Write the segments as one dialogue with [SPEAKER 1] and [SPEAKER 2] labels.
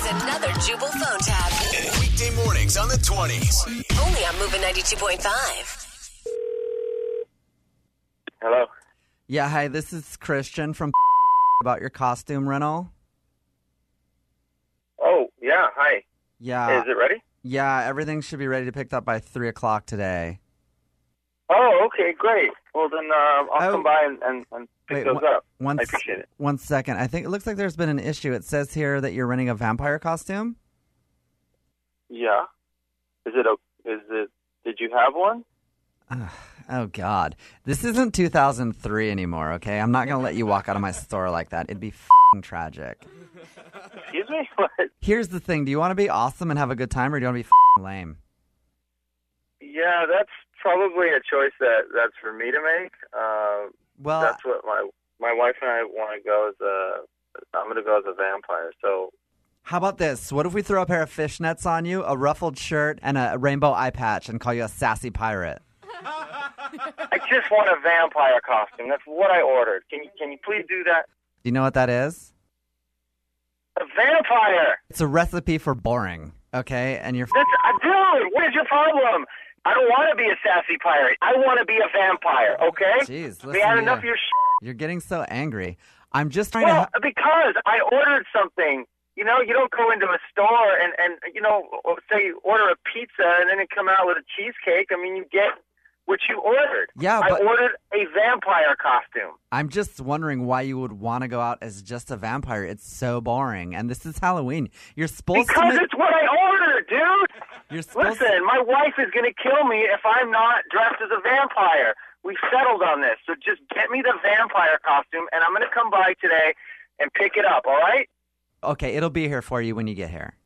[SPEAKER 1] another Jubal phone tab.
[SPEAKER 2] Weekday mornings on the 20s.
[SPEAKER 1] Only on Moving 92.5.
[SPEAKER 3] Hello.
[SPEAKER 4] Yeah, hi, this is Christian from about your costume rental.
[SPEAKER 3] Oh, yeah. Hi.
[SPEAKER 4] Yeah,
[SPEAKER 3] Is it ready?
[SPEAKER 4] yeah, everything should be ready to pick up by three o'clock today.
[SPEAKER 3] Oh, okay. Great. Well, then uh, I'll
[SPEAKER 4] Oh.
[SPEAKER 3] come by and, and, and pick
[SPEAKER 4] Wait,
[SPEAKER 3] those
[SPEAKER 4] one-
[SPEAKER 3] up.
[SPEAKER 4] one
[SPEAKER 3] I
[SPEAKER 4] s-
[SPEAKER 3] appreciate it.
[SPEAKER 4] One second, I think it looks like there's been an issue. It says here that you're renting a vampire costume.
[SPEAKER 3] Yeah. Is it a? Is it? Did you have one?
[SPEAKER 4] Oh God, this isn't 2003 anymore. Okay, I'm not gonna let you walk out of my store like that. It'd be fing tragic.
[SPEAKER 3] Excuse me. What?
[SPEAKER 4] Here's the thing: Do you want to be awesome and have a good time, or do you want to be fing lame?
[SPEAKER 3] Yeah, that's probably a choice that that's for me to make. Uh,
[SPEAKER 4] Well,
[SPEAKER 3] that's what my my wife and I want to go as a. I'm gonna go as a vampire. So
[SPEAKER 4] How about this? What if we throw a pair of fishnets on you, a ruffled shirt, and a rainbow eye patch and call you a sassy pirate?
[SPEAKER 3] I just want a vampire costume. That's what I ordered. Can you can you please do that?
[SPEAKER 4] Do you know what that is?
[SPEAKER 3] A vampire.
[SPEAKER 4] It's a recipe for boring, okay? And you're
[SPEAKER 3] That's, uh, dude, what is your problem? I don't want to be a sassy pirate. I want to be a vampire, okay?
[SPEAKER 4] Jeez,
[SPEAKER 3] we
[SPEAKER 4] listen
[SPEAKER 3] had
[SPEAKER 4] to
[SPEAKER 3] enough of
[SPEAKER 4] you.
[SPEAKER 3] your shit.
[SPEAKER 4] you're getting so angry. I'm just trying
[SPEAKER 3] Well,
[SPEAKER 4] to.
[SPEAKER 3] because I ordered something. You know, you don't go into a store and, and, you know, or say you order a pizza and then it come out with a cheesecake. I mean, you get what you ordered.
[SPEAKER 4] Yeah, but-
[SPEAKER 3] I ordered a vampire costume.
[SPEAKER 4] I'm just wondering why you would want to go out as just a vampire. It's so boring, and this is Halloween. You're supposed
[SPEAKER 3] Because
[SPEAKER 4] to. Make,
[SPEAKER 3] it's what I ordered, dude!
[SPEAKER 4] you're supposed to-
[SPEAKER 3] Listen, my wife is going to kill me if I'm not dressed as a vampire. We've settled on this. So just get me the vampire costume, and I'm going to come by today and pick it up, all right?
[SPEAKER 4] okay, it'll be here for you when you get here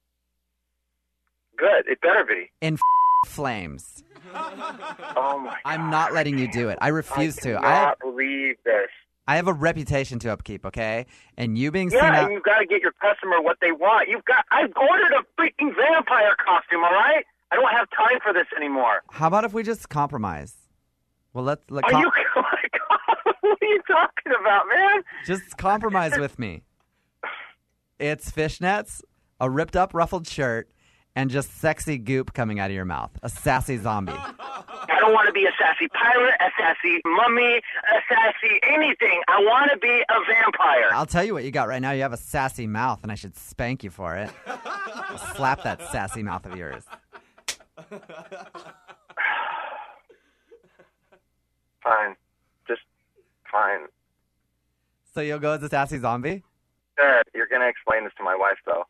[SPEAKER 3] Good. It better be.
[SPEAKER 4] in f- flames.
[SPEAKER 3] Oh, my God.
[SPEAKER 4] I'm not letting you do it. I
[SPEAKER 3] I
[SPEAKER 4] refuse to. I
[SPEAKER 3] cannot believe this.
[SPEAKER 4] I have a reputation to upkeep, okay? And you being seen
[SPEAKER 3] Yeah,
[SPEAKER 4] out.
[SPEAKER 3] and you've got to get your customer what they want. You've got. I've ordered a freaking vampire costume, all right? I don't have time for this anymore.
[SPEAKER 4] How about if we just compromise? Well, let's let
[SPEAKER 3] Are
[SPEAKER 4] com-
[SPEAKER 3] you? Oh my God. What are you talking about, man?
[SPEAKER 4] just compromise with me. It's fishnets, a ripped up ruffled shirt, and just sexy goop coming out of your mouth. A sassy zombie.
[SPEAKER 3] I don't want to be a sassy pirate, a sassy mummy, a sassy anything. I want to be a vampire.
[SPEAKER 4] I'll tell you what you got right now. You have a sassy mouth, and I should spank you for it. I'll slap that sassy mouth of yours.
[SPEAKER 3] Fine. Just fine.
[SPEAKER 4] So you'll go as a sassy zombie?
[SPEAKER 3] Sir, you're going to explain this to my wife, though.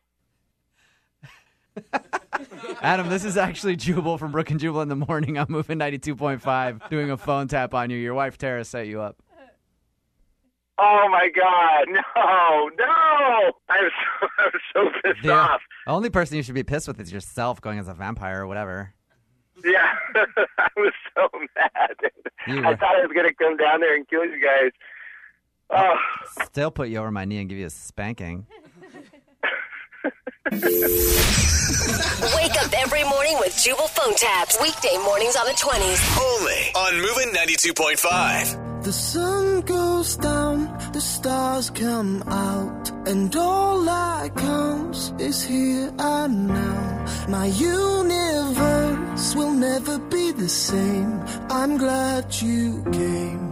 [SPEAKER 4] Adam, this is actually Jubal from Brook and Jubal in the morning. I'm moving 92.5, doing a phone tap on you. Your wife, Tara, set you up.
[SPEAKER 3] Oh, my God. No, no. I'm so, I'm so pissed
[SPEAKER 4] The
[SPEAKER 3] off.
[SPEAKER 4] only person you should be pissed with is yourself going as a vampire or whatever.
[SPEAKER 3] Yeah. I was so mad.
[SPEAKER 4] You
[SPEAKER 3] I
[SPEAKER 4] were-
[SPEAKER 3] thought I was going to come down there and kill you guys. Oh.
[SPEAKER 4] Still put you over my knee and give you a spanking.
[SPEAKER 1] Wake up every morning with Jubal phone tabs. Weekday mornings on the 20s.
[SPEAKER 2] Only on Moving 92.5.
[SPEAKER 5] The sun goes down, the stars come out, and all that counts is here and now. My universe will never be the same. I'm glad you came.